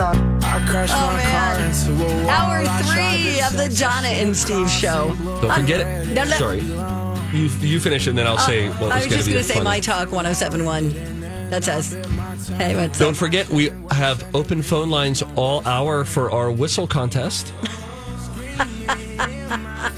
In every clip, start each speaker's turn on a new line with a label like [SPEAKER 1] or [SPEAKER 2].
[SPEAKER 1] I crashed
[SPEAKER 2] Oh,
[SPEAKER 1] my car
[SPEAKER 2] man.
[SPEAKER 1] into a wall.
[SPEAKER 2] Hour
[SPEAKER 1] I
[SPEAKER 2] three
[SPEAKER 1] tried
[SPEAKER 2] of
[SPEAKER 1] to
[SPEAKER 2] the Jonna and Steve show.
[SPEAKER 3] Don't forget it.
[SPEAKER 2] No, no.
[SPEAKER 3] Sorry. You, you finish and then I'll say what
[SPEAKER 2] Oh, I was
[SPEAKER 3] was going to
[SPEAKER 2] just
[SPEAKER 3] be
[SPEAKER 2] going to say
[SPEAKER 3] the fun-
[SPEAKER 2] My Talk 1071. That's us. Hey, what's
[SPEAKER 3] Don't
[SPEAKER 2] up?
[SPEAKER 3] forget, we have open phone lines all hour for our whistle contest.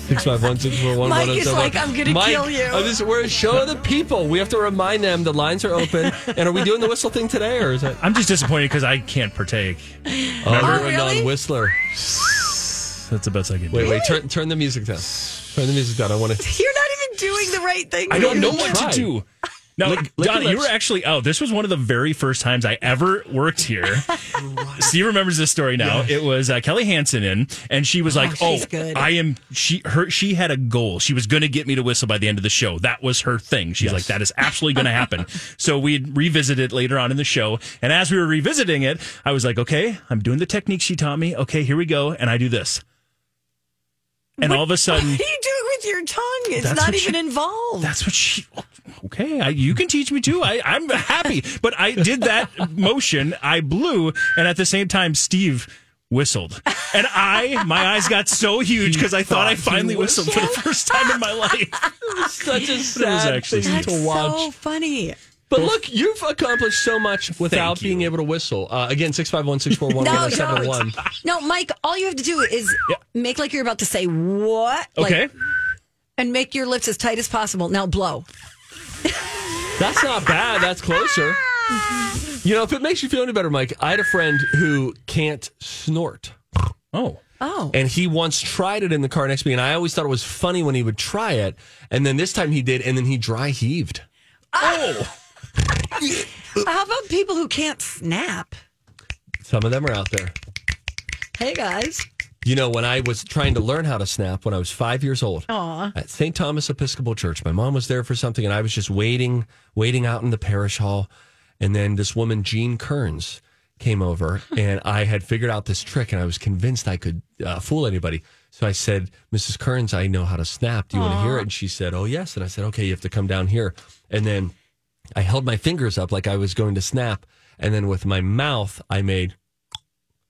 [SPEAKER 3] Six five one six four one
[SPEAKER 2] Mike
[SPEAKER 3] one oh
[SPEAKER 2] is like, I'm gonna
[SPEAKER 3] Mike,
[SPEAKER 2] kill you.
[SPEAKER 3] oh, this- we're a show of the people. We have to remind them the lines are open. and are we doing the whistle thing today, or is that
[SPEAKER 4] I'm just disappointed because I can't partake.
[SPEAKER 3] oh,
[SPEAKER 2] Oh,
[SPEAKER 3] we're
[SPEAKER 2] really?
[SPEAKER 3] on Whistler?
[SPEAKER 4] That's the best I can do.
[SPEAKER 3] Wait, wait, turn turn the music down. Turn the music down. I want to.
[SPEAKER 2] You're not even doing the right thing.
[SPEAKER 4] I don't know
[SPEAKER 3] You
[SPEAKER 4] what
[SPEAKER 3] tried.
[SPEAKER 4] to do. Now,
[SPEAKER 3] Lick- lick
[SPEAKER 4] Donna,
[SPEAKER 3] your
[SPEAKER 4] you
[SPEAKER 3] lips.
[SPEAKER 4] were actually out. This was one of the very first times I ever worked here. Steve remembers this story now. It was uh, Kelly Hansen in, and she was like, "Oh,
[SPEAKER 2] she's good.
[SPEAKER 4] I am." She her she had a goal. She was going to get me to whistle by the end of the show. That was her thing. She's like, "That is absolutely going to happen." so we revisited later on in the show, and as we were revisiting it, I was like, "Okay, I'm doing the technique she taught me. Okay, here we go." And I do this, and all of a
[SPEAKER 2] What are
[SPEAKER 4] sudden.
[SPEAKER 2] you doing with your tongue? It's
[SPEAKER 4] That's
[SPEAKER 2] not
[SPEAKER 4] what
[SPEAKER 2] even
[SPEAKER 4] she-
[SPEAKER 2] involved.
[SPEAKER 4] That's what she. Okay, I, you can teach me too. I, I'm happy, but I did that motion. I blew, and at the same time, Steve whistled, and I my eyes got so huge because I thought I finally whistled. for the first time in my life.
[SPEAKER 3] Such a
[SPEAKER 4] sad
[SPEAKER 3] sad
[SPEAKER 4] actually
[SPEAKER 3] thing
[SPEAKER 4] thing
[SPEAKER 2] That's
[SPEAKER 4] Steve.
[SPEAKER 3] to watch.
[SPEAKER 2] so funny.
[SPEAKER 3] But look, you've accomplished so much without
[SPEAKER 4] you.
[SPEAKER 3] being able to whistle. Uh, again, six five one six four one
[SPEAKER 2] No, don't.
[SPEAKER 3] one seven one.
[SPEAKER 2] No, Mike, all you have to do is make like you're about to say what? like,
[SPEAKER 4] Okay,
[SPEAKER 2] and make your lips as tight as possible. Now blow.
[SPEAKER 3] That's not bad. That's closer. You know, if it makes you feel any better, Mike, I had a friend who can't snort.
[SPEAKER 4] oh,
[SPEAKER 2] Oh.
[SPEAKER 3] And he once tried it in the car next to me, and I always thought it was funny when he would try it. And then this time he did, and then he dry heaved.
[SPEAKER 4] oh,
[SPEAKER 2] How about people who can't snap?
[SPEAKER 3] Some of them are out there.
[SPEAKER 2] Hey, guys.
[SPEAKER 3] You know, when I was trying to learn how to snap when I was five years old at St. Thomas Episcopal Church, my mom was there for something, and I was just waiting, waiting out in the parish hall. And then this woman, Jean Kearns, came over, and I had figured out this trick, and I was convinced I could uh, fool anybody. So I said, Mrs. Kearns, I know how to snap. Do you want to hear it? And she said, Oh, yes. And I said, Okay, you have to come down here. And then I held my fingers up like I was going to snap. And then with my mouth, I made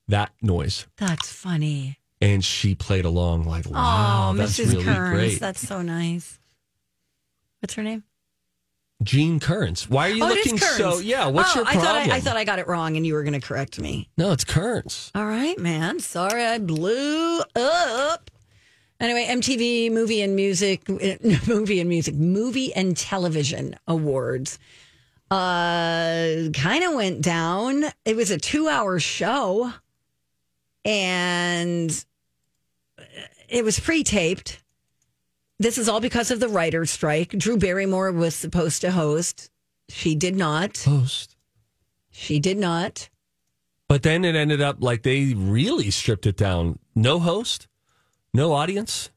[SPEAKER 3] that noise
[SPEAKER 2] That's funny.
[SPEAKER 3] and she played along like wow
[SPEAKER 2] Oh,
[SPEAKER 3] that's
[SPEAKER 2] Mrs.
[SPEAKER 3] really
[SPEAKER 2] Kearns.
[SPEAKER 3] great
[SPEAKER 2] That's so nice. What's her name?
[SPEAKER 3] jean kearns why are you
[SPEAKER 2] Oh, it is
[SPEAKER 3] looking so
[SPEAKER 2] Kearns.
[SPEAKER 3] yeah what's
[SPEAKER 2] Oh,
[SPEAKER 3] your
[SPEAKER 2] I
[SPEAKER 3] problem
[SPEAKER 2] thought I, I thought I got it wrong and you were going to correct me.
[SPEAKER 3] no it's kearns
[SPEAKER 2] All right, man. Sorry, I blew up. Anyway, MTV Movie and Music, Movie and Music, Movie and Television Awards. Uh, kind of went down. It was a two-hour show, and it was pre-taped. This is all because of the writer's strike. Drew Barrymore was supposed to host. She did not.
[SPEAKER 3] post
[SPEAKER 2] She did not.
[SPEAKER 3] but then it ended up like they really stripped it down no host no audience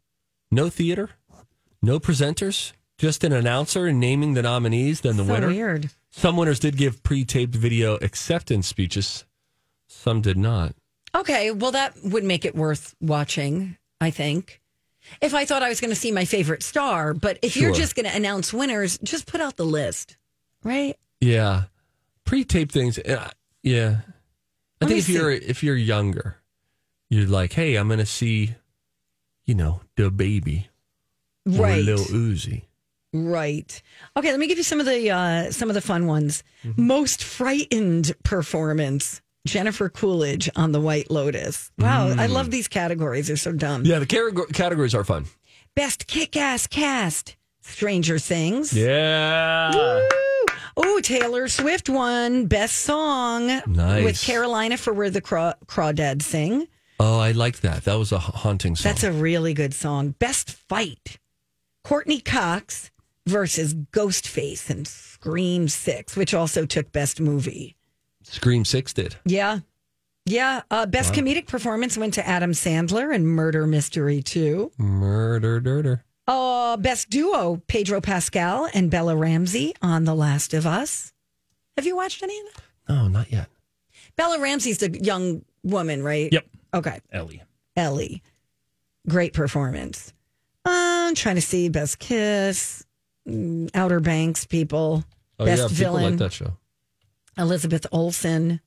[SPEAKER 3] no theater no presenters just an announcer and naming the nominees then the
[SPEAKER 2] so
[SPEAKER 3] winner
[SPEAKER 2] weird.
[SPEAKER 3] some winners did give pre-taped video acceptance speeches some did not
[SPEAKER 2] Okay, well, that would make it worth watching, I think. If I thought I was going to see my favorite star, but if you're
[SPEAKER 3] Sure.
[SPEAKER 2] just going to announce winners, just put out the list, right?
[SPEAKER 3] Yeah, pre-taped things. uh, Yeah,
[SPEAKER 2] Let
[SPEAKER 3] I
[SPEAKER 2] me
[SPEAKER 3] think if
[SPEAKER 2] see.
[SPEAKER 3] you're if you're younger, you're like, hey, I'm gonna see, you know, the baby or
[SPEAKER 2] Right,
[SPEAKER 3] Lil Uzi.
[SPEAKER 2] right. Okay, let me give you some of the uh, some of the fun ones.
[SPEAKER 3] Mm-hmm.
[SPEAKER 2] Most frightened performance: Jennifer Coolidge on The White Lotus. Wow, I love these categories; they're so dumb.
[SPEAKER 3] Mm. Yeah, the categ- categories are fun.
[SPEAKER 2] Best kick-ass cast: Stranger Things.
[SPEAKER 3] Yeah,
[SPEAKER 2] Oh, Taylor Swift won Best Song
[SPEAKER 3] Nice.
[SPEAKER 2] with Carolina for Where the Craw- Crawdads Sing.
[SPEAKER 3] oh, I liked that. That was a ha- haunting song.
[SPEAKER 2] That's a really good song. Best Fight, Courtney Cox versus Ghostface and Scream Six, which also took Best Movie.
[SPEAKER 3] Scream Six did.
[SPEAKER 2] Yeah. Yeah, uh, best comedic performance went to Adam Sandler in Murder Mystery 2.
[SPEAKER 3] Murder, dirter.
[SPEAKER 2] Uh, best duo, Pedro Pascal and Bella Ramsey on The Last of Us. Have you watched any of that?
[SPEAKER 3] No, not yet.
[SPEAKER 2] Bella Ramsey's the young woman, right?
[SPEAKER 4] Yep.
[SPEAKER 2] Okay.
[SPEAKER 4] Ellie.
[SPEAKER 2] Ellie. Great performance. Uh, I'm trying to see Best Kiss, mm, Outer Banks people,
[SPEAKER 3] Oh
[SPEAKER 2] Best
[SPEAKER 3] yeah, people
[SPEAKER 2] Villain,
[SPEAKER 3] like that show.
[SPEAKER 2] Elizabeth Olsen,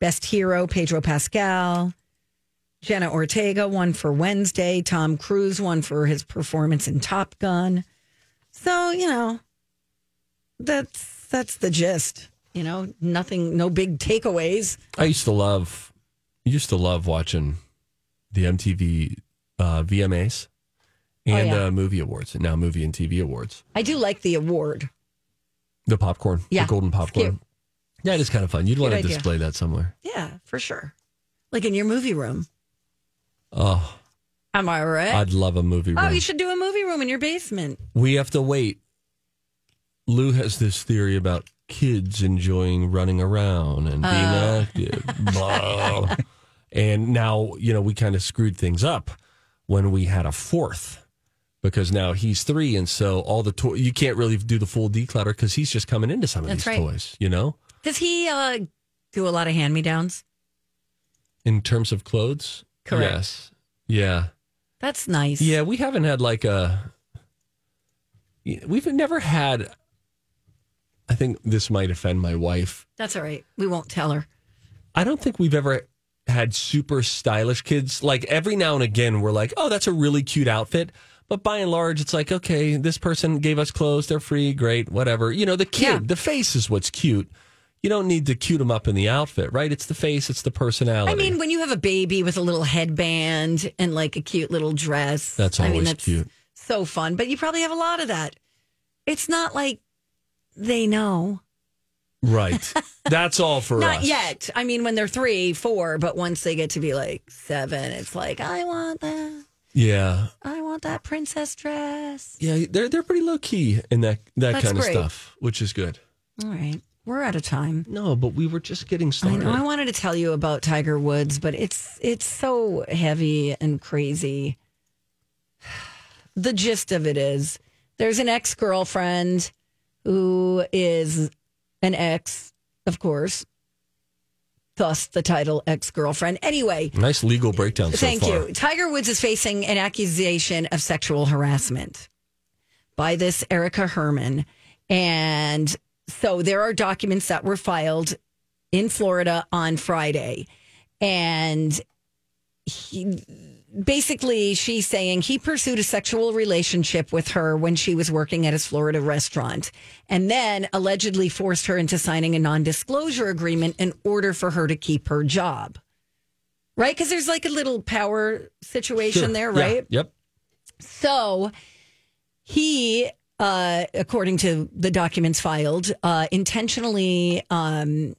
[SPEAKER 2] Best Hero, Pedro Pascal, Jenna Ortega won for Wednesday, Tom Cruise won for his performance in Top Gun. So, you know, that's that's the gist. You know, nothing, no big takeaways.
[SPEAKER 3] I used to love, used to love watching the MTV uh, VMAs and
[SPEAKER 2] Oh, yeah.
[SPEAKER 3] uh, movie awards, and now movie and TV awards.
[SPEAKER 2] I do like the award.
[SPEAKER 3] The popcorn,
[SPEAKER 2] Yeah.
[SPEAKER 3] the golden popcorn.
[SPEAKER 2] Cute.
[SPEAKER 3] Yeah, it is kind of fun. You'd want to
[SPEAKER 2] idea.
[SPEAKER 3] display that somewhere.
[SPEAKER 2] Yeah, for sure. Like in your movie room.
[SPEAKER 3] Oh,
[SPEAKER 2] Am I right?
[SPEAKER 3] I'd love a movie.
[SPEAKER 2] Oh,
[SPEAKER 3] room.
[SPEAKER 2] you should do a movie room in your basement.
[SPEAKER 3] We have to wait. Lou has this theory about kids enjoying running around and being
[SPEAKER 2] Uh.
[SPEAKER 3] active. Blah. And now, you know, we kind of screwed things up when we had a fourth because now he's three. And so all the toys, you can't really do the full declutter because he's just coming into some of
[SPEAKER 2] That's
[SPEAKER 3] these
[SPEAKER 2] right.
[SPEAKER 3] toys, you know,
[SPEAKER 2] Does he uh, do a lot of hand me downs?
[SPEAKER 3] in terms of clothes.
[SPEAKER 2] Correct.
[SPEAKER 3] Yes. Yeah.
[SPEAKER 2] That's nice.
[SPEAKER 3] Yeah, we haven't had like a. We've never had. I think this might offend my wife.
[SPEAKER 2] That's all right. We won't tell her.
[SPEAKER 3] I don't think we've ever had super stylish kids. Like every now and again, we're like, oh, that's a really cute outfit. But by and large, it's like, okay, this person gave us clothes. They're free. Great. Whatever. You know, the kid,
[SPEAKER 2] Yeah.
[SPEAKER 3] the face is what's cute. You don't need to cute them up in the outfit, right? It's the face, it's the personality.
[SPEAKER 2] I mean, when you have a baby with a little headband and like a cute little dress,
[SPEAKER 3] That's
[SPEAKER 2] I mean,
[SPEAKER 3] always
[SPEAKER 2] that's
[SPEAKER 3] cute.
[SPEAKER 2] so fun. But you probably have a lot of that. It's not like they know.
[SPEAKER 3] right. That's all for
[SPEAKER 2] Not
[SPEAKER 3] us.
[SPEAKER 2] yet. I mean, when they're three, four, but once they get to be like seven, it's like, I want that.
[SPEAKER 3] Yeah.
[SPEAKER 2] I want that princess dress.
[SPEAKER 3] Yeah, they're they're pretty low key in that that
[SPEAKER 2] That's
[SPEAKER 3] kind of
[SPEAKER 2] great.
[SPEAKER 3] stuff, which is good.
[SPEAKER 2] All right. We're out of time.
[SPEAKER 3] No, but we were just getting
[SPEAKER 2] I
[SPEAKER 3] started.
[SPEAKER 2] know. I wanted to tell you about Tiger Woods, but it's it's so heavy and crazy. The gist of it is there's an ex girlfriend who is an ex, of course. Thus, the title ex girlfriend. Anyway,
[SPEAKER 3] nice legal breakdown. So
[SPEAKER 2] Thank
[SPEAKER 3] far.
[SPEAKER 2] you. Tiger Woods is facing an accusation of sexual harassment by this Erica Herman. And so there are documents that were filed in Florida on Friday. And he, basically, she's saying he pursued a sexual relationship with her when she was working at his Florida restaurant and then allegedly forced her into signing a non disclosure agreement in order for her to keep her job. Right? Because there's like a little power situation
[SPEAKER 3] Sure.
[SPEAKER 2] there,
[SPEAKER 3] Yeah.
[SPEAKER 2] right?
[SPEAKER 3] Yep.
[SPEAKER 2] So he, uh, according to the documents filed, uh, intentionally um,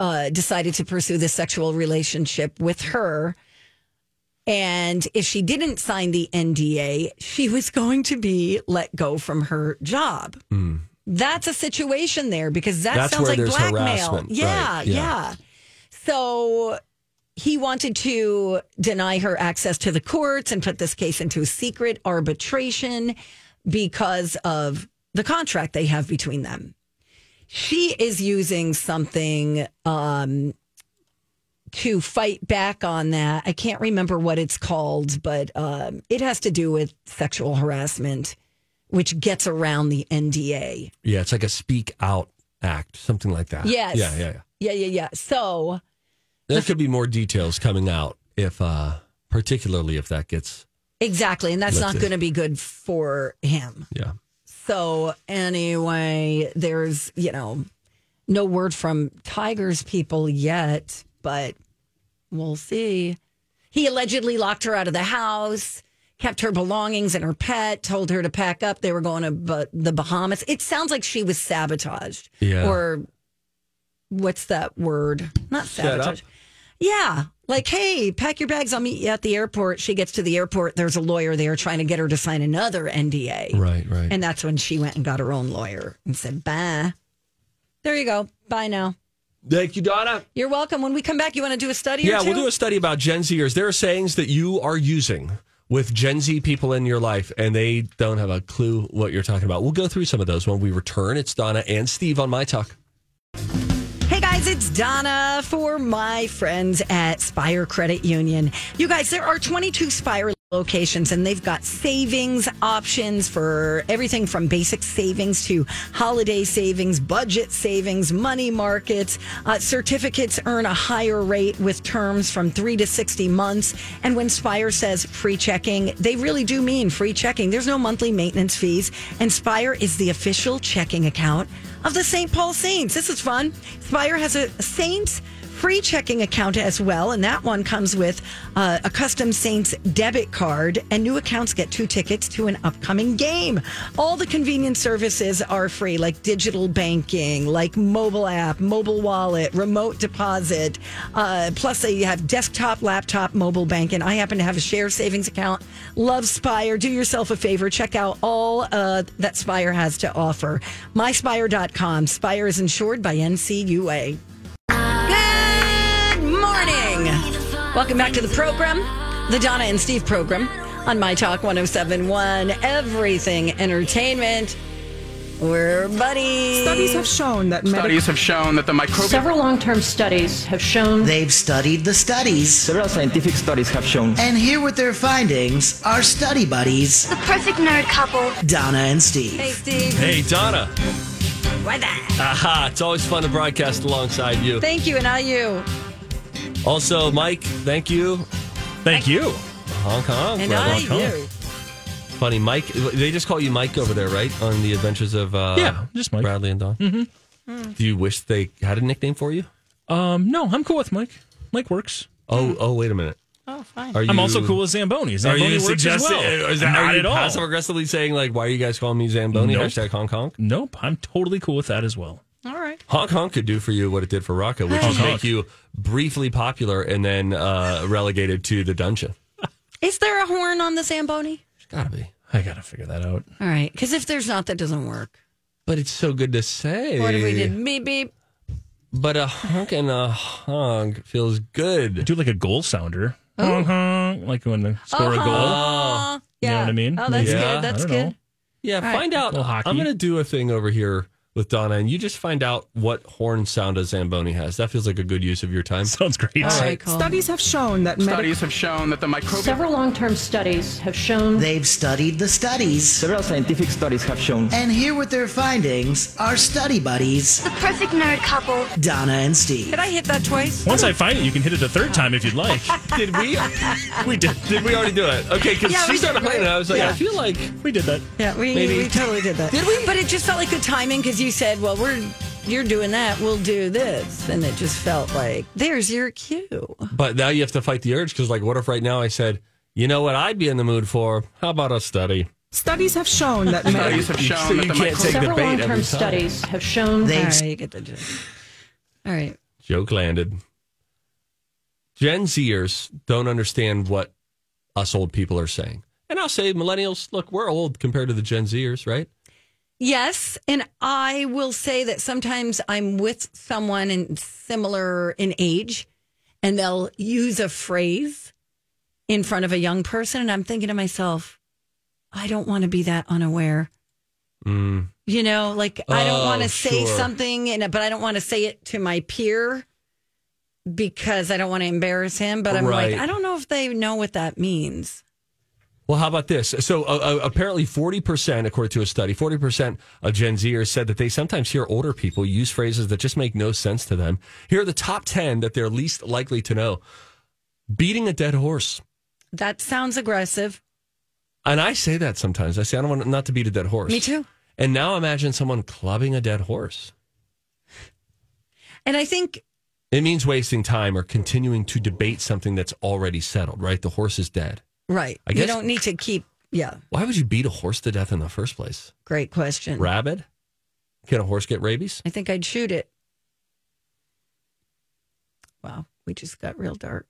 [SPEAKER 2] uh, decided to pursue this sexual relationship with her. And if she didn't sign the NDA, she was going to be let go from her job. That's a situation there because that
[SPEAKER 3] Hmm. That's
[SPEAKER 2] sounds
[SPEAKER 3] where
[SPEAKER 2] like
[SPEAKER 3] there's
[SPEAKER 2] blackmail.
[SPEAKER 3] harassment,
[SPEAKER 2] Yeah,
[SPEAKER 3] right,
[SPEAKER 2] yeah,
[SPEAKER 3] yeah.
[SPEAKER 2] So he wanted to deny her access to the courts and put this case into a secret arbitration because of the contract they have between them. She is using something um, to fight back on that. I can't remember what it's called, but um, it has to do with sexual harassment, which gets around the NDA.
[SPEAKER 3] Yeah, it's like a speak out act, something like that.
[SPEAKER 2] Yes.
[SPEAKER 3] Yeah, yeah, yeah.
[SPEAKER 2] Yeah, yeah, yeah. So.
[SPEAKER 3] There could be more details coming out if, uh particularly if that gets.
[SPEAKER 2] Exactly. And that's not
[SPEAKER 3] That's it.
[SPEAKER 2] going to be good for him.
[SPEAKER 3] Yeah.
[SPEAKER 2] So, anyway, there's, you know, no word from Tigers people yet, but we'll see. He allegedly locked her out of the house, kept her belongings and her pet, told her to pack up. They were going to Ba- the Bahamas. It sounds like she was sabotaged.
[SPEAKER 3] Yeah.
[SPEAKER 2] Or what's that word? Not
[SPEAKER 3] Set up.
[SPEAKER 2] sabotage. Yeah. Like, hey, pack your bags. I'll meet you at the airport. She gets to the airport. There's a lawyer there trying to get her to sign another NDA.
[SPEAKER 3] Right. Right.
[SPEAKER 2] And that's when she went and got her own lawyer and said, bye. There you go. Bye now.
[SPEAKER 3] Thank you, Donna.
[SPEAKER 2] You're welcome. When we come back, you want to do a study
[SPEAKER 3] Yeah,
[SPEAKER 2] or 2
[SPEAKER 3] we'll do a study about Gen Zers. There are sayings that you are using with Gen Z people in your life, and they don't have a clue what you're talking about. We'll go through some of those when we return. It's Donna and Steve on My Talk.
[SPEAKER 2] Hey guys, it's Donna for my friends at Spire Credit Union. You guys, there are 22 Spire locations and they've got savings options for everything from basic savings to holiday savings, budget savings, money markets. Uh, certificates earn a higher rate with terms from three to 60 months. And when Spire says free checking, they really do mean free checking. There's no monthly maintenance fees, and Spire is the official checking account of the St. Paul Saints. This is fun. Spire has a Saints free checking account as well, and that one comes with uh, a custom Saints debit card, and new accounts get two tickets to an upcoming game. All the convenient services are free, like digital banking, like mobile app, mobile wallet, remote deposit. Uh, plus, they have desktop, laptop, mobile bank, and I happen to have a share savings account. Love Spire. Do yourself a favor. Check out all uh, that Spire has to offer. MySpire.com. Spire is insured by NCUA. Good morning. Welcome back to the program, the Donna and Steve program on My Talk 1071, Everything Entertainment. We're buddies.
[SPEAKER 1] Studies have shown that medical
[SPEAKER 5] Studies have shown that the microbial
[SPEAKER 6] Several long term studies have shown
[SPEAKER 7] They've studied the studies,
[SPEAKER 8] Several scientific studies have shown
[SPEAKER 7] and here with their findings are study buddies
[SPEAKER 9] The perfect nerd couple.
[SPEAKER 7] Donna and Steve.
[SPEAKER 2] Hey, Steve.
[SPEAKER 3] Hey, Donna.
[SPEAKER 2] Why that?
[SPEAKER 3] Aha, it's always fun to broadcast alongside you.
[SPEAKER 2] Thank you, and I you.
[SPEAKER 3] Also, Mike, thank you.
[SPEAKER 4] Thank you.
[SPEAKER 3] Hong Kong.
[SPEAKER 2] And
[SPEAKER 3] brother.
[SPEAKER 2] I
[SPEAKER 4] Hong Kong.
[SPEAKER 2] you.
[SPEAKER 3] Funny, Mike. They just call you Mike over there, right? On the adventures of uh,
[SPEAKER 4] Yeah, just Mike.
[SPEAKER 3] Bradley and Don. Mm-hmm. Do you wish they had a nickname for you?
[SPEAKER 4] Um, no, I'm cool with Mike. Mike works.
[SPEAKER 3] Oh, oh, wait a minute.
[SPEAKER 2] Mm. Oh, fine.
[SPEAKER 3] Are you,
[SPEAKER 4] I'm also cool with Zamboni.
[SPEAKER 3] Are
[SPEAKER 4] Zamboni
[SPEAKER 3] you
[SPEAKER 4] works as
[SPEAKER 3] suggesting?
[SPEAKER 4] well.
[SPEAKER 3] Is that,
[SPEAKER 4] Not
[SPEAKER 3] are you
[SPEAKER 4] at all.
[SPEAKER 3] passive aggressively saying like, "Why are you guys calling me Zamboni?"
[SPEAKER 4] Nope.
[SPEAKER 3] Hashtag Hong Kong.
[SPEAKER 4] Nope, I'm totally cool with that as well.
[SPEAKER 2] All right.
[SPEAKER 3] Hong Kong could do for you what it did for Rocco, which is
[SPEAKER 4] Kong.
[SPEAKER 3] make you briefly popular and then uh, relegated to the dungeon.
[SPEAKER 2] Is there a horn on the Zamboni?
[SPEAKER 3] It's gotta be.
[SPEAKER 4] I gotta figure that out.
[SPEAKER 2] All right. Because if there's not, that doesn't work.
[SPEAKER 3] But it's so good to say.
[SPEAKER 2] What if we did beep beep?
[SPEAKER 3] But a honk and a honk feels good.
[SPEAKER 4] Do like a goal sounder.
[SPEAKER 2] Oh.
[SPEAKER 4] Honk, honk, Like when they score a goal.
[SPEAKER 2] Uh-huh.
[SPEAKER 4] You know what I mean?
[SPEAKER 2] Oh, that's
[SPEAKER 3] Yeah.
[SPEAKER 2] good. That's
[SPEAKER 4] I don't know.
[SPEAKER 2] good.
[SPEAKER 3] Yeah,
[SPEAKER 2] right.
[SPEAKER 3] find out.
[SPEAKER 4] Little hockey.
[SPEAKER 3] I'm going to do a thing over here with Donna, and you just find out what horn sound a Zamboni has. That feels like a good use of your time.
[SPEAKER 4] Sounds great.
[SPEAKER 2] All right, cool.
[SPEAKER 1] studies have shown that medical
[SPEAKER 5] studies have shown that the microbial
[SPEAKER 6] several long term studies have shown
[SPEAKER 7] They've studied the studies,
[SPEAKER 8] several scientific studies have shown
[SPEAKER 7] and here with their findings are study buddies
[SPEAKER 9] The perfect nerd couple.
[SPEAKER 7] Donna and Steve.
[SPEAKER 2] Did I hit that twice?
[SPEAKER 4] Once I find it, you can hit it a third time if you'd like.
[SPEAKER 3] Did we?
[SPEAKER 4] we did.
[SPEAKER 3] Did we already do it? Okay, because
[SPEAKER 2] Yeah,
[SPEAKER 3] she
[SPEAKER 2] we
[SPEAKER 3] started
[SPEAKER 2] did,
[SPEAKER 3] playing,
[SPEAKER 2] right?
[SPEAKER 3] and I was like,
[SPEAKER 2] Yeah.
[SPEAKER 3] I feel like
[SPEAKER 4] We did that.
[SPEAKER 2] Yeah, we,
[SPEAKER 3] Maybe.
[SPEAKER 2] we totally did that. did we? But it just felt like good timing because you said, "Well, we're you're doing that, we'll do this," and it just felt like there's your cue.
[SPEAKER 3] But now you have to fight the urge because, like, what if right now I said, you know what I'd be in the mood for? How about a study?
[SPEAKER 1] studies have shown that
[SPEAKER 5] studies
[SPEAKER 1] medical
[SPEAKER 5] have
[SPEAKER 3] You-
[SPEAKER 5] shown
[SPEAKER 3] so
[SPEAKER 5] that
[SPEAKER 3] you
[SPEAKER 5] the
[SPEAKER 3] can't take the
[SPEAKER 5] microbial
[SPEAKER 6] several
[SPEAKER 3] bait
[SPEAKER 6] long
[SPEAKER 3] every time.
[SPEAKER 6] term studies have shown
[SPEAKER 2] All
[SPEAKER 7] They've
[SPEAKER 2] right, you get the gist. All right,
[SPEAKER 3] Joke landed. Gen Zers don't understand what us old people are saying. And I'll say millennials, look, we're old compared to the Gen Zers, right?
[SPEAKER 2] yes, and I will say that sometimes I'm with someone in similar in age, and they'll use a phrase in front of a young person, and I'm thinking to myself, "I don't want to be that unaware."
[SPEAKER 3] Mm.
[SPEAKER 2] You know, like I don't
[SPEAKER 3] Oh,
[SPEAKER 2] want to say
[SPEAKER 3] sure.
[SPEAKER 2] something, and but I don't want to say it to my peer because I don't want to embarrass him. But I'm
[SPEAKER 3] Right.
[SPEAKER 2] like, I don't know if they know what that means.
[SPEAKER 3] Well, how about this? So uh, uh, apparently, forty percent, according to a study, forty percent of Gen Zers said that they sometimes hear older people use phrases that just make no sense to them. Here are the top ten that they're least likely to know: beating a dead horse.
[SPEAKER 2] That sounds aggressive.
[SPEAKER 3] And I say that sometimes. I say I don't want not to beat a dead horse.
[SPEAKER 2] Me too.
[SPEAKER 3] And now imagine someone clubbing a dead horse.
[SPEAKER 2] And I think
[SPEAKER 3] It means wasting time or continuing to debate something that's already settled. Right? The horse is dead.
[SPEAKER 2] right,
[SPEAKER 3] I
[SPEAKER 2] you
[SPEAKER 3] guess-
[SPEAKER 2] don't need to keep. Yeah,
[SPEAKER 3] Why would you beat a horse to death in the first place?
[SPEAKER 2] great question.
[SPEAKER 3] Rabid? Can a horse get rabies?
[SPEAKER 2] I think I'd shoot it. Wow, we just got real dark.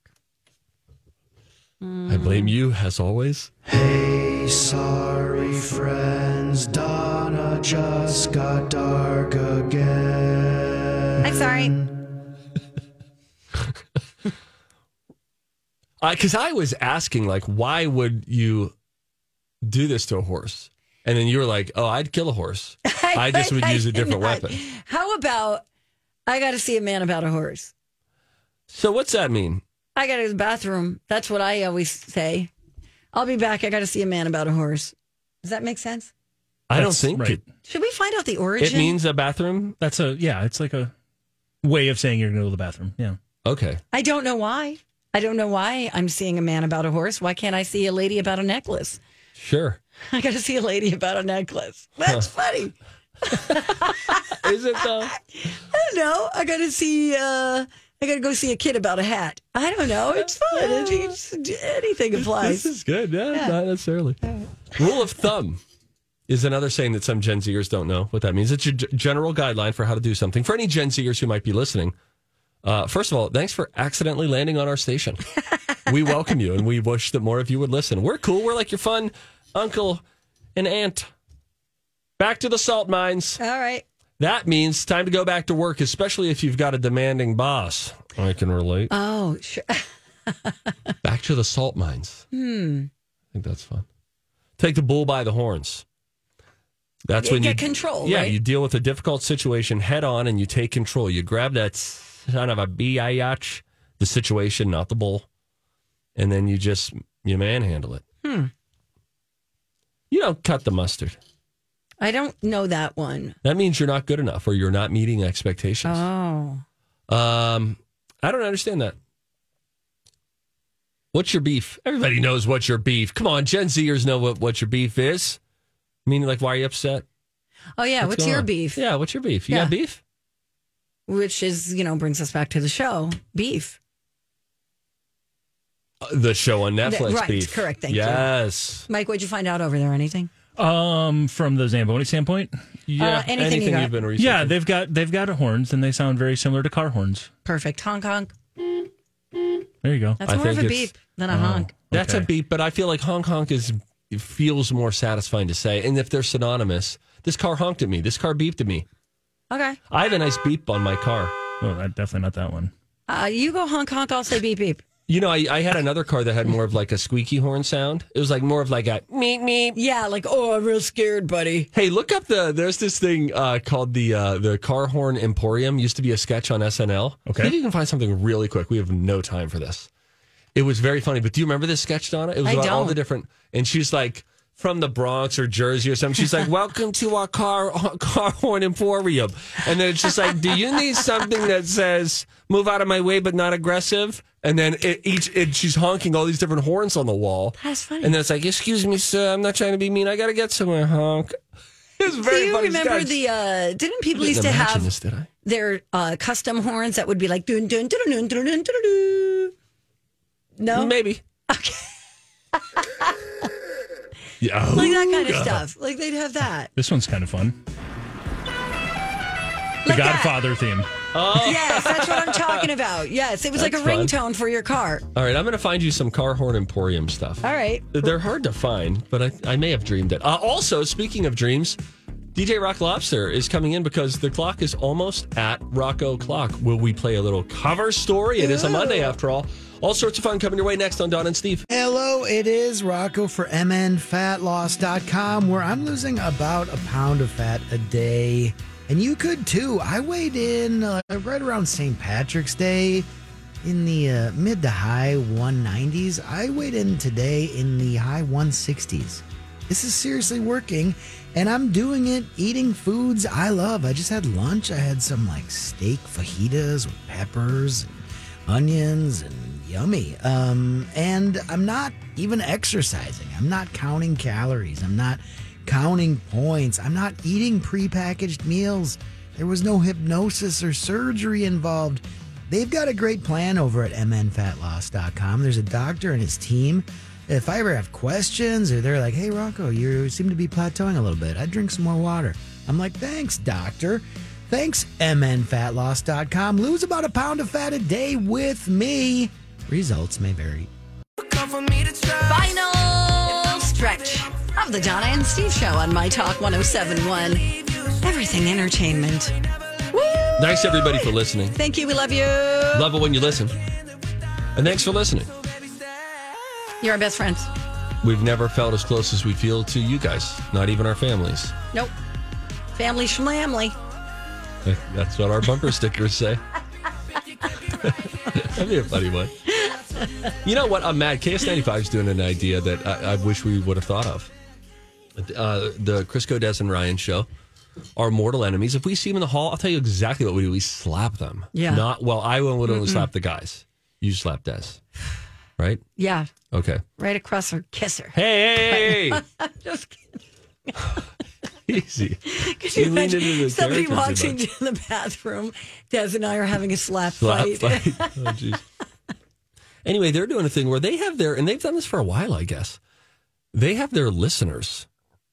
[SPEAKER 3] I blame you, as always.
[SPEAKER 7] Hey, sorry friends, Donna just got dark again.
[SPEAKER 2] I'm sorry.
[SPEAKER 3] Because I was asking, like, why would you do this to a horse? And then you were like, oh, I'd kill a horse. I just would use a different
[SPEAKER 2] cannot.
[SPEAKER 3] weapon.
[SPEAKER 2] How about I got to see a man about a horse?
[SPEAKER 3] So what's that mean?
[SPEAKER 2] I got to go to the bathroom. That's what I always say. I'll be back. I got to see a man about a horse. Does that make sense?
[SPEAKER 3] I don't
[SPEAKER 4] That's
[SPEAKER 3] think
[SPEAKER 4] right.
[SPEAKER 3] it,
[SPEAKER 2] Should we find out the
[SPEAKER 3] it
[SPEAKER 2] origin?
[SPEAKER 3] means a bathroom.
[SPEAKER 4] That's a yeah. It's like a way of saying you're going to go to the bathroom. Yeah.
[SPEAKER 3] Okay.
[SPEAKER 2] I don't know why. I don't know why I'm seeing a man about a horse. Why can't I see a lady about a necklace?
[SPEAKER 3] Sure.
[SPEAKER 2] I got to see a lady about a necklace. That's funny.
[SPEAKER 3] Is it though?
[SPEAKER 2] I don't know. I got to see. Uh, I got to go see a kid about a hat. I don't know. It's fun. It's- it's- anything applies.
[SPEAKER 3] This is good. Yeah, not necessarily. Rule of thumb is another saying that some Gen Zers don't know what that means. It's your g- general guideline for how to do something. For any Gen Zers who might be listening, uh, first of all, thanks for accidentally landing on our station. we welcome you and we wish that more of you would listen. We're cool. We're like your fun uncle and aunt. Back to the salt mines.
[SPEAKER 2] All right.
[SPEAKER 3] That means time to go back to work, especially if you've got a demanding boss. I can relate.
[SPEAKER 2] Oh, sure.
[SPEAKER 3] Back to the salt mines. Hmm. I think that's fun. Take the bull by the horns. That's
[SPEAKER 2] You
[SPEAKER 3] when
[SPEAKER 2] get
[SPEAKER 3] you
[SPEAKER 2] control,
[SPEAKER 3] Yeah,
[SPEAKER 2] right?
[SPEAKER 3] you deal with a difficult situation head on, and you take control. You grab that son of a biatch, the situation, not the bull, and then you just you manhandle it. Hmm. You don't cut the mustard.
[SPEAKER 2] I don't know that one.
[SPEAKER 3] That means you're not good enough, or you're not meeting expectations.
[SPEAKER 2] Oh.
[SPEAKER 3] Um, I don't understand that. What's your beef? Everybody knows what your beef. Come on, Gen Zers know what, what your beef is. I mean, like, why are you upset?
[SPEAKER 2] Oh yeah. What's,
[SPEAKER 3] going
[SPEAKER 2] your
[SPEAKER 3] on?
[SPEAKER 2] beef?
[SPEAKER 3] Yeah, what's your beef? You
[SPEAKER 2] Yeah.
[SPEAKER 3] got beef?
[SPEAKER 2] Which is you know brings us back to the show. Beef.
[SPEAKER 3] Uh, the show on Netflix,
[SPEAKER 2] right,
[SPEAKER 3] beef.
[SPEAKER 2] correct, thank you.
[SPEAKER 3] yes.
[SPEAKER 2] Mike, what'd you find out over there? Anything?
[SPEAKER 4] Um, from the Zamboni standpoint,
[SPEAKER 3] you.
[SPEAKER 2] Uh, anything you got.
[SPEAKER 3] have been researching.
[SPEAKER 4] yeah, they've got they've got horns and they sound very similar to car horns.
[SPEAKER 2] Perfect. Honk honk.
[SPEAKER 4] There you go.
[SPEAKER 2] That's
[SPEAKER 3] I
[SPEAKER 2] more of a
[SPEAKER 3] think it's- Oh.
[SPEAKER 2] beep than a honk.
[SPEAKER 3] That's a
[SPEAKER 4] Okay.
[SPEAKER 3] beef, but I feel like honk honk is it feels more satisfying to say. And if they're synonymous, this car honked at me. This car beeped at me.
[SPEAKER 2] Okay.
[SPEAKER 3] I have a nice beep on my car.
[SPEAKER 4] Oh, that, definitely not that one.
[SPEAKER 2] Uh, you go honk honk. I'll say beep beep.
[SPEAKER 3] You know, I, I had another car that had more of like a squeaky horn sound. It was like more of like a meep meep.
[SPEAKER 2] Yeah. Like oh, I'm real scared, buddy.
[SPEAKER 3] Hey, look up the. There's this thing uh, called the uh, the Car Horn Emporium. Used to be a sketch on SNL.
[SPEAKER 4] Okay.
[SPEAKER 3] See if you can find something really quick. We have no time for this. It was very funny. But do you remember this sketch, Donna? It was
[SPEAKER 2] I
[SPEAKER 3] about all
[SPEAKER 2] don't.
[SPEAKER 3] the different. And she's like from the Bronx or Jersey or something. She's like, "Welcome to our car car horn emporium." And then it's just like, "Do you need something that says move out of my way but not aggressive?" And then it, each it, she's honking all these different horns on the wall.
[SPEAKER 2] That's funny.
[SPEAKER 3] And then it's like, "Excuse me, sir. I'm not trying to be mean. I got to get somewhere." Honk. It's
[SPEAKER 2] Do
[SPEAKER 3] very
[SPEAKER 2] you
[SPEAKER 3] funny
[SPEAKER 2] remember
[SPEAKER 3] sketch.
[SPEAKER 2] the? Uh, didn't people used to
[SPEAKER 3] Didn't imagine
[SPEAKER 2] have
[SPEAKER 3] this, did I?
[SPEAKER 2] their uh, custom horns that would be like dun dun dun dun dun dun dun dun. No,
[SPEAKER 3] Maybe. yeah.
[SPEAKER 2] like that kind of stuff. Like they'd have that.
[SPEAKER 4] This one's kind of fun. The
[SPEAKER 2] Like that.
[SPEAKER 4] Godfather theme.
[SPEAKER 2] Yes, that's what I'm talking about. Yes, it was like a
[SPEAKER 3] Oh. That's fun.
[SPEAKER 2] ringtone for your car.
[SPEAKER 3] All right, I'm going to find you some Car Horn Emporium stuff.
[SPEAKER 2] All right.
[SPEAKER 3] They're hard to find, but I, I may have dreamed it. Uh, also, speaking of dreams, DJ Rock Lobster is coming in because the clock is almost at Rocco Clock. Will we play a little cover story? It is a Monday, after all. All sorts of fun coming your way next on Don and Steve.
[SPEAKER 7] Hello, it is Rocco for MNFatLoss.com, where I'm losing about a pound of fat a day. And you could too. I weighed in uh, right around St. Patrick's Day in the uh, mid to high 190s. I weighed in today in the high 160s. This is seriously working, and I'm doing it eating foods I love. I just had lunch. I had some like steak fajitas with peppers and onions and yummy. Um, and I'm not even exercising. I'm not counting calories. I'm not counting points. I'm not eating prepackaged meals. There was no hypnosis or surgery involved. They've got a great plan over at mnfatloss.com. There's a doctor and his team. If I ever have questions or they're like, hey, Rocco, you seem to be plateauing a little bit, I'd drink some more water. I'm like, thanks, doctor. Thanks, mnfatloss.com. Lose about a pound of fat a day with me. Results may vary.
[SPEAKER 2] Final stretch of the Donna and Steve show on My Talk 1071. Everything entertainment. Woo!
[SPEAKER 3] Thanks, everybody, for listening.
[SPEAKER 2] Thank you. We love you.
[SPEAKER 3] Love it when you listen. And thanks for listening.
[SPEAKER 2] You're our best friends.
[SPEAKER 3] We've never felt as close as we feel to you guys, not even our families.
[SPEAKER 2] Nope. Family schmamly.
[SPEAKER 3] That's what our bumper stickers say. That'd be a funny one. You know what? I'm mad. KS95 is doing an idea that I, I wish we would have thought of. Uh, the Crisco Des and Ryan show are mortal enemies. If we see them in the hall, I'll tell you exactly what we do. We slap them.
[SPEAKER 2] Yeah.
[SPEAKER 3] Not well. I would only slap the guys. You slap Des, right?
[SPEAKER 2] Yeah.
[SPEAKER 3] Okay.
[SPEAKER 2] Right across her. Kiss her.
[SPEAKER 3] Hey, hey, hey,
[SPEAKER 2] Just kidding.
[SPEAKER 3] hey. easy.
[SPEAKER 2] Could you
[SPEAKER 3] leaned
[SPEAKER 2] imagine
[SPEAKER 3] into the
[SPEAKER 2] somebody
[SPEAKER 3] character
[SPEAKER 2] walks
[SPEAKER 3] too
[SPEAKER 2] into the bathroom? Des and I are having a slap,
[SPEAKER 3] Slap
[SPEAKER 2] fight.
[SPEAKER 3] fight. Oh, jeez. anyway, they're doing a thing where they have their, and they've done this for a while, I guess. They have their listeners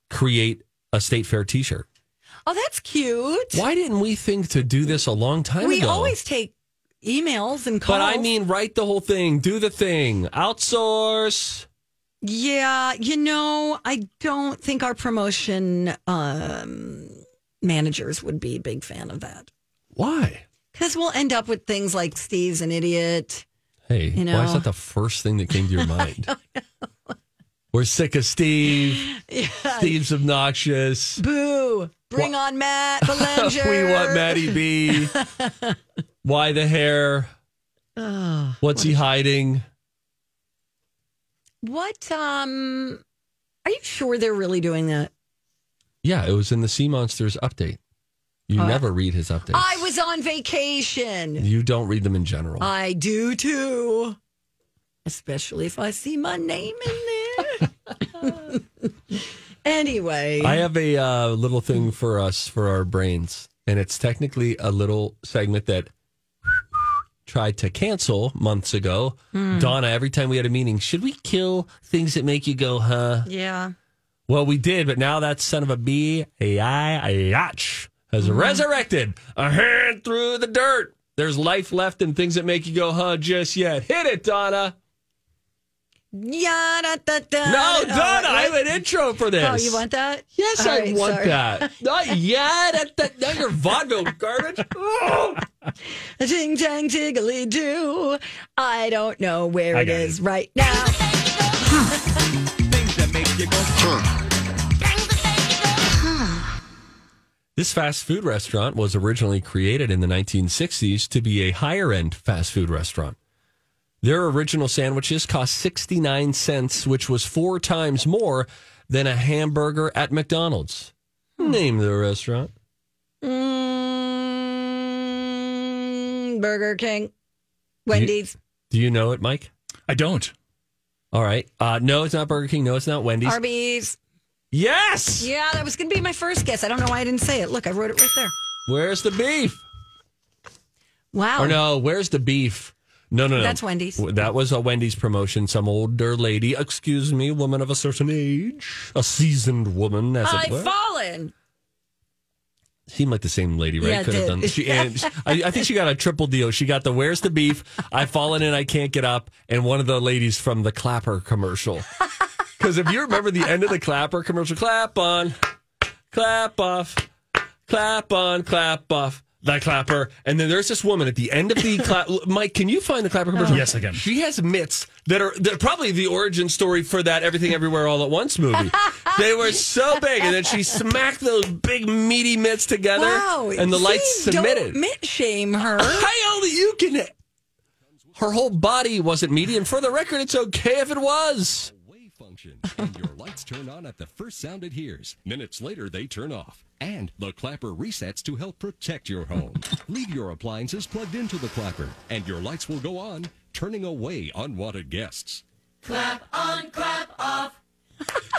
[SPEAKER 3] create a state fair T-shirt.
[SPEAKER 2] Oh, that's cute.
[SPEAKER 3] Why didn't we think to do this a long time
[SPEAKER 2] We
[SPEAKER 3] ago?
[SPEAKER 2] always take emails and calls.
[SPEAKER 3] but I mean, write the whole thing, do the thing, outsource.
[SPEAKER 2] yeah, you know, I don't think our promotion um, managers would be a big fan of that
[SPEAKER 3] Why?
[SPEAKER 2] because we'll end up with things like Steve's an idiot.
[SPEAKER 3] Hey,
[SPEAKER 2] You
[SPEAKER 3] why is
[SPEAKER 2] know.
[SPEAKER 3] that the first thing that came to your mind? We're sick of Steve. Steve's obnoxious.
[SPEAKER 2] Boo! Bring on Matt Belanger.
[SPEAKER 3] we want Maddie B. Why the hair? What's he hiding?
[SPEAKER 2] What? Um, are you sure they're really doing that?
[SPEAKER 3] Yeah, it was in the Sea Monsters update. You never read his updates.
[SPEAKER 2] I was on vacation.
[SPEAKER 3] You don't read them in general.
[SPEAKER 2] I do too. Especially if I see my name in there. anyway,
[SPEAKER 3] I have a uh, little thing for us for our brains, and it's technically a little segment that tried to cancel months ago.
[SPEAKER 2] Hmm.
[SPEAKER 3] Donna, every time we had a meeting, should we kill things that make you go, huh?
[SPEAKER 2] yeah.
[SPEAKER 3] Well, we did, but now that son of a bee, AI, Ayach, has
[SPEAKER 2] Mm-hmm.
[SPEAKER 3] resurrected a hand through the dirt. There's life left in things that make you go, huh, just yet. Hit it, Donna.
[SPEAKER 2] Yeah, da, da, da,
[SPEAKER 3] No,
[SPEAKER 2] Oh,
[SPEAKER 3] Donna, I have
[SPEAKER 2] what?
[SPEAKER 3] an intro for this.
[SPEAKER 2] Oh, you want that?
[SPEAKER 3] Yes,
[SPEAKER 2] All
[SPEAKER 3] I
[SPEAKER 2] right,
[SPEAKER 3] want
[SPEAKER 2] sorry.
[SPEAKER 3] that. Not yet. That, that, now you're vaudeville garbage. Oh.
[SPEAKER 2] Ting tang tiggly doo. I don't know where
[SPEAKER 4] I
[SPEAKER 2] it
[SPEAKER 4] got
[SPEAKER 2] is
[SPEAKER 4] it.
[SPEAKER 2] right now.
[SPEAKER 3] This fast food restaurant was originally created in the 1960s to be a higher end fast food restaurant. Their original sandwiches cost 69 cents, which was four times more than a hamburger at McDonald's. Name the restaurant.
[SPEAKER 2] Mm, Burger King, Wendy's,
[SPEAKER 3] Do you know it, Mike?
[SPEAKER 4] I don't.
[SPEAKER 3] All right. Uh, no, it's not Burger King. No, it's not Wendy's.
[SPEAKER 2] Arby's.
[SPEAKER 3] yes.
[SPEAKER 2] Yeah, that was going to be my first guess. I don't know why I didn't say it. Look, I wrote it right there.
[SPEAKER 3] Where's the beef?
[SPEAKER 2] Wow.
[SPEAKER 3] Or no, where's the beef? No, no, no.
[SPEAKER 2] Oh. That's Wendy's.
[SPEAKER 3] That was a Wendy's promotion. Some older lady, excuse me, woman of a certain age, a seasoned woman, as it
[SPEAKER 2] I've
[SPEAKER 3] were.
[SPEAKER 2] fallen.
[SPEAKER 3] Seemed like the same lady, right?
[SPEAKER 2] Yeah, it
[SPEAKER 3] Could have
[SPEAKER 2] did.
[SPEAKER 3] done. She, and I, I think she got a triple deal. She got the "Where's the beef?" I've fallen and I can't get up, and one of the ladies from the Clapper commercial. Because if you remember the end of the Clapper commercial, clap on, clap off, clap on, clap off. The clapper, and then there's this woman at the end of the clap. Mike, can you find the clapper commercial?
[SPEAKER 4] Yes, I can.
[SPEAKER 3] She has mitts that are that are probably the origin story for that Everything Everywhere All at Once movie. they were so big, and then she smacked those big meaty mitts together,
[SPEAKER 2] Wow.
[SPEAKER 3] and the lights
[SPEAKER 2] see,
[SPEAKER 3] submitted. Oh,
[SPEAKER 2] Don't mit shame her.
[SPEAKER 3] How only you can. Her whole body wasn't meaty, and for the record, it's okay if it was.
[SPEAKER 10] wave function, and your lights turn on at the first sound it hears. Minutes later, they turn off, and the clapper resets to help protect your home. Leave your appliances plugged into the clapper, and your lights will go on, turning away unwanted guests.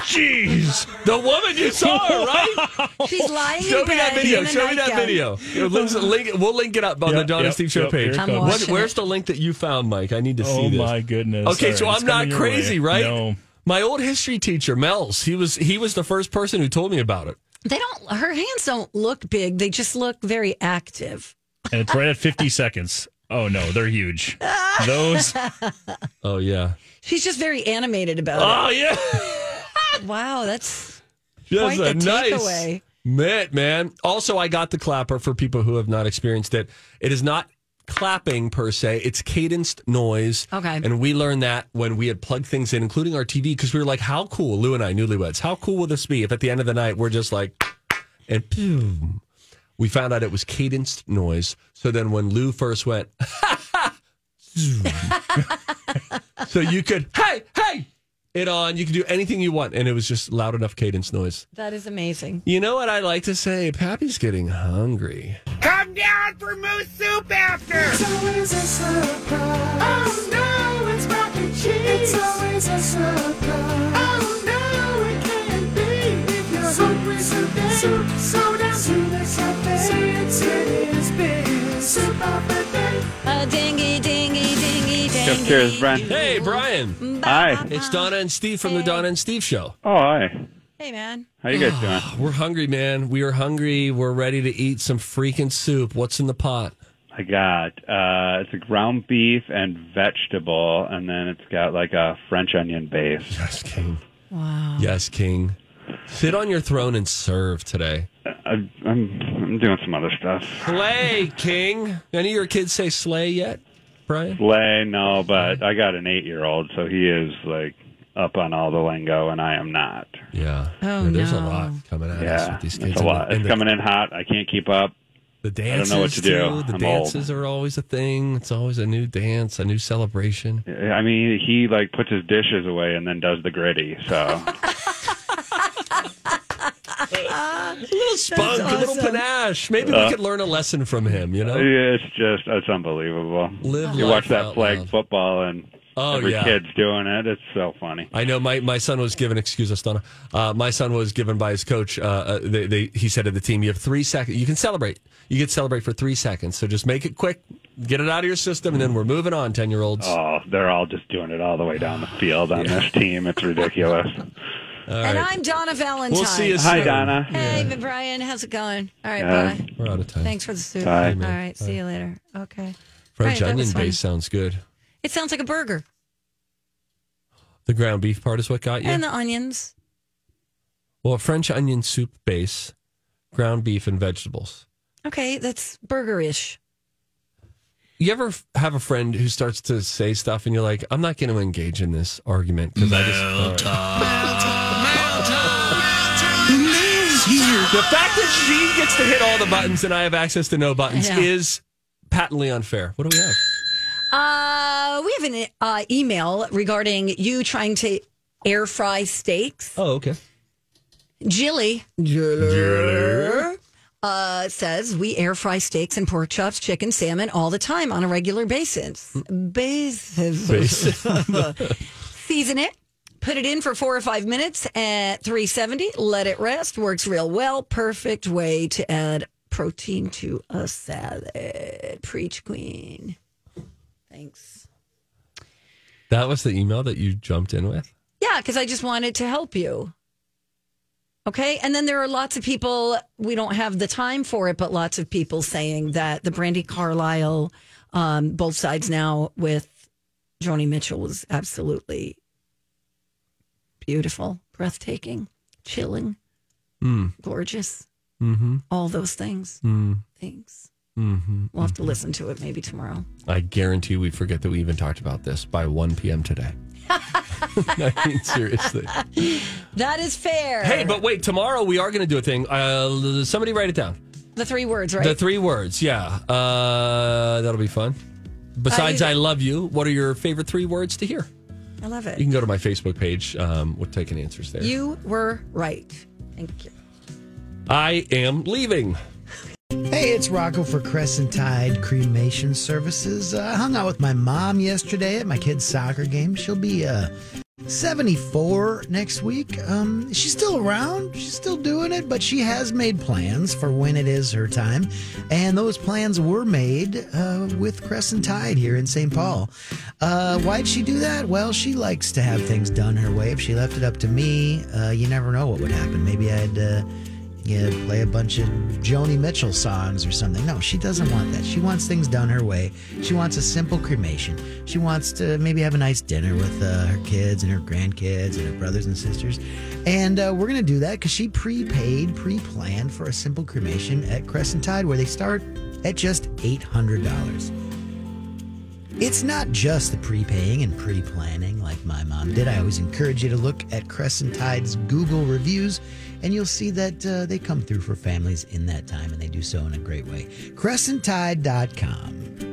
[SPEAKER 4] Jeez.
[SPEAKER 3] The woman you saw, her, right?
[SPEAKER 2] She's lying.
[SPEAKER 3] Show
[SPEAKER 2] in
[SPEAKER 3] me that
[SPEAKER 2] bed
[SPEAKER 3] video.
[SPEAKER 2] in a
[SPEAKER 3] Show me that
[SPEAKER 2] nightgown.
[SPEAKER 3] video. It links- link- we'll link it up on the
[SPEAKER 4] Yep,
[SPEAKER 3] Donna
[SPEAKER 4] yep,
[SPEAKER 3] Steve Show
[SPEAKER 4] yep, here
[SPEAKER 3] page.
[SPEAKER 4] it
[SPEAKER 2] I'm
[SPEAKER 4] comes.
[SPEAKER 2] watching
[SPEAKER 3] What, where's the link that you found, Mike? I need to see
[SPEAKER 4] Oh
[SPEAKER 3] this.
[SPEAKER 4] my goodness.
[SPEAKER 3] Okay,
[SPEAKER 4] All
[SPEAKER 3] so
[SPEAKER 4] right,
[SPEAKER 3] I'm
[SPEAKER 4] it's
[SPEAKER 3] not
[SPEAKER 4] coming your
[SPEAKER 3] crazy,
[SPEAKER 4] way.
[SPEAKER 3] right?
[SPEAKER 4] No.
[SPEAKER 3] My old history teacher, Mel's, he was he was the first person who told me about it.
[SPEAKER 2] They don't. Her hands don't look big. They just look very active.
[SPEAKER 4] And it's right at 50 seconds. Oh no, they're huge. Those.
[SPEAKER 3] Oh yeah.
[SPEAKER 2] She's just very animated about
[SPEAKER 3] Oh yeah.
[SPEAKER 2] it. Wow, that's Quite
[SPEAKER 3] Just
[SPEAKER 2] the
[SPEAKER 3] Ah! a nice
[SPEAKER 2] takeaway.
[SPEAKER 3] mitt, man. Also, I got the clapper for people who have not experienced it. It is not clapping per se. It's cadenced noise.
[SPEAKER 2] Okay.
[SPEAKER 3] And we learned that when we had plugged things in, including our TV, because we were like, how cool, Lou and I, newlyweds, how cool will this be if at the end of the night we're just like, and boom. We found out it was cadenced noise. So then when Lou first went, zoom. so you could, hey, hey, it on, you could do anything you want. And it was just loud enough cadence noise.
[SPEAKER 2] That is amazing.
[SPEAKER 3] You know what I like to say? Pappy's getting hungry.
[SPEAKER 11] Come down for moose soup after. It's always a surprise. Oh no, it's mac and cheese. It's always a surprise. Oh no, it can't be. If you're hungry today, soup, soda, soup, say it's it is big. Soup of the day.
[SPEAKER 2] A dingy, dingy, dingy,
[SPEAKER 3] Jeff
[SPEAKER 2] dingy.
[SPEAKER 3] Cares, Brian. Hey, Brian.
[SPEAKER 12] Hi.
[SPEAKER 3] It's Donna and Steve from the Donna and Steve Show.
[SPEAKER 12] Oh, hi.
[SPEAKER 2] Hey, man.
[SPEAKER 12] How you guys doing?
[SPEAKER 3] We're hungry, man. We are hungry. We're ready to eat some freaking soup. What's in the pot?
[SPEAKER 12] I got uh, it's a ground beef and vegetable, and then it's got like a French onion base.
[SPEAKER 3] Yes, king. Wow. Yes, king. Sit on your throne and serve today.
[SPEAKER 12] I'm, I'm doing some other stuff.
[SPEAKER 3] Slay, king. Any of your kids say slay yet, Brian?
[SPEAKER 12] Lay, no, but I got an eight-year-old, so he is like up on all the lingo, and I am not.
[SPEAKER 3] Yeah.
[SPEAKER 12] Oh,
[SPEAKER 3] There's a
[SPEAKER 12] no.
[SPEAKER 3] lot coming at us
[SPEAKER 12] Yeah,
[SPEAKER 3] with these
[SPEAKER 12] it's
[SPEAKER 3] kids.
[SPEAKER 12] a lot.
[SPEAKER 3] And
[SPEAKER 12] It's
[SPEAKER 3] the-
[SPEAKER 12] coming in hot. I can't keep up.
[SPEAKER 3] The
[SPEAKER 12] I don't
[SPEAKER 3] dances,
[SPEAKER 12] know what to do.
[SPEAKER 3] too. The
[SPEAKER 12] I'm old.
[SPEAKER 3] dances are always a thing. It's always a new dance, a new celebration.
[SPEAKER 12] I mean, he like puts his dishes away and then does the gritty. So
[SPEAKER 3] A little spunk, a little
[SPEAKER 11] awesome.
[SPEAKER 3] panache. Maybe
[SPEAKER 12] Uh,
[SPEAKER 3] we could learn a lesson from him, you know?
[SPEAKER 12] it's just it's unbelievable.
[SPEAKER 3] Live
[SPEAKER 12] you
[SPEAKER 3] life
[SPEAKER 12] watch that
[SPEAKER 3] out
[SPEAKER 12] flag football and
[SPEAKER 3] Oh,
[SPEAKER 12] every
[SPEAKER 3] yeah.
[SPEAKER 12] kid's doing it. It's so funny.
[SPEAKER 3] I know my, my son was given, excuse us, Donna. Uh, my son was given by his coach, uh, uh, they, they, he said to the team, you have three seconds. You can celebrate. You can celebrate for three seconds. So just make it quick, get it out of your system, and then we're moving on, 10 year olds.
[SPEAKER 12] Oh, they're all just doing it all the way down the field on this team. It's ridiculous.
[SPEAKER 2] And I'm Donna Valentine.
[SPEAKER 12] We'll see you Hi, soon. Donna.
[SPEAKER 2] Hey, Brian. How's it going? All right,
[SPEAKER 12] Yeah.
[SPEAKER 2] bye.
[SPEAKER 3] We're out of time.
[SPEAKER 2] Thanks for the soup.
[SPEAKER 3] Bye.
[SPEAKER 2] All
[SPEAKER 3] Hey, man.
[SPEAKER 2] right, see you later. Okay. Right,
[SPEAKER 3] French
[SPEAKER 2] that was
[SPEAKER 3] onion
[SPEAKER 2] fun.
[SPEAKER 3] base sounds good.
[SPEAKER 2] It sounds like a burger.
[SPEAKER 3] The ground beef part is what got you?
[SPEAKER 2] And the onions.
[SPEAKER 3] well, French onion soup base, ground beef, and vegetables.
[SPEAKER 2] Okay, that's burger-ish.
[SPEAKER 3] You ever f- have a friend who starts to say stuff and you're like, I'm not going to engage in this argument because I just. The fact that she gets to hit all the buttons and I have access to no buttons
[SPEAKER 2] I know.
[SPEAKER 3] is patently unfair. What do we have?
[SPEAKER 2] Uh, we have an uh, email regarding you trying to air fry steaks.
[SPEAKER 3] Oh, okay.
[SPEAKER 2] Jilly. Uh, says we air fry steaks and pork chops, chicken, salmon all the time on a regular basis. Basis. Season it. Put it in for four or five minutes at 370. Let it rest. Works real well. Perfect way to add protein to a salad. Preach, queen. Thanks.
[SPEAKER 3] That was the email that you jumped in with.
[SPEAKER 2] Yeah, because I just wanted to help you. Okay. And then there are lots of people, we don't have the time for it, but lots of people saying that the Brandy Carlisle, um, both sides now with Joni Mitchell was absolutely beautiful, breathtaking, chilling,
[SPEAKER 3] Mm.
[SPEAKER 2] gorgeous,
[SPEAKER 3] Mm-hmm.
[SPEAKER 2] all those things.
[SPEAKER 3] Mm.
[SPEAKER 2] Things.
[SPEAKER 3] Mm-hmm.
[SPEAKER 2] We'll have to listen to it maybe tomorrow.
[SPEAKER 3] I guarantee we forget that we even talked about this by 1 p.m. today. I mean, seriously.
[SPEAKER 2] That is fair.
[SPEAKER 3] Hey, but wait, tomorrow we are going to do a thing. Uh, somebody write it down.
[SPEAKER 2] the three words, right?
[SPEAKER 3] The three words, yeah. Uh, that'll be fun. Besides,
[SPEAKER 2] Uh,
[SPEAKER 3] I love you, what are your favorite three words to hear?
[SPEAKER 2] I love
[SPEAKER 3] You
[SPEAKER 2] it.
[SPEAKER 3] can go to my Facebook page. Um, we're taking answers there.
[SPEAKER 2] You were right. Thank you.
[SPEAKER 3] I am leaving.
[SPEAKER 7] Hey, it's Rocco for Crescent Tide Cremation Services. Uh, I hung out with my mom yesterday at my kid's soccer game. She'll be uh, 74 next week. Um, she's still around, she's still doing it, but she has made plans for when it is her time. And those plans were made uh, with Crescent Tide here in St. Paul. Uh, why'd she do that? Well, she likes to have things done her way. If she left it up to me, uh, you never know what would happen. Maybe I'd. Uh, you know, play a bunch of Joni Mitchell songs or something. No, she doesn't want that. She wants things done her way. She wants a simple cremation. She wants to maybe have a nice dinner with uh, her kids and her grandkids and her brothers and sisters. And uh, we're going to do that because she prepaid, pre planned for a simple cremation at Crescent Tide where they start at just $800. It's not just the prepaying and pre planning like my mom did. I always encourage you to look at Crescent Tide's Google reviews, and you'll see that uh, they come through for families in that time, and they do so in a great way. CrescentTide.com.